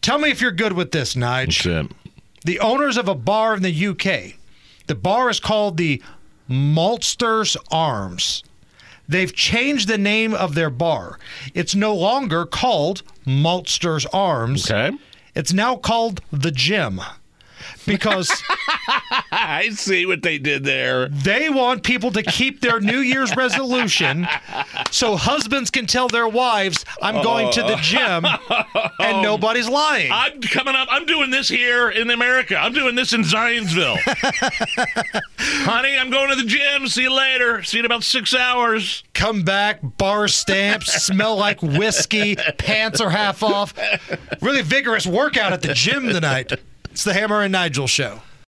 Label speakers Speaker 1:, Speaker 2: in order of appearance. Speaker 1: Tell me if you're good with this, Nige.
Speaker 2: That's it.
Speaker 1: The owners of a bar in the UK. The bar is called the Maltsters Arms. They've changed the name of their bar. It's no longer called Maltsters Arms.
Speaker 2: Okay.
Speaker 1: It's now called The Gym because
Speaker 2: I see what they did there.
Speaker 1: they want people to keep their New Year's resolution so husbands can tell their wives, I'm going to the gym, and nobody's lying.
Speaker 2: I'm coming up. I'm doing this here in America. I'm doing this in Zionsville. Honey, I'm going to the gym. See you later. See you in about six hours.
Speaker 1: come back, bar stamps, smell like whiskey, pants are half off. Really vigorous workout at the gym tonight. It's the Hammer and Nigel show.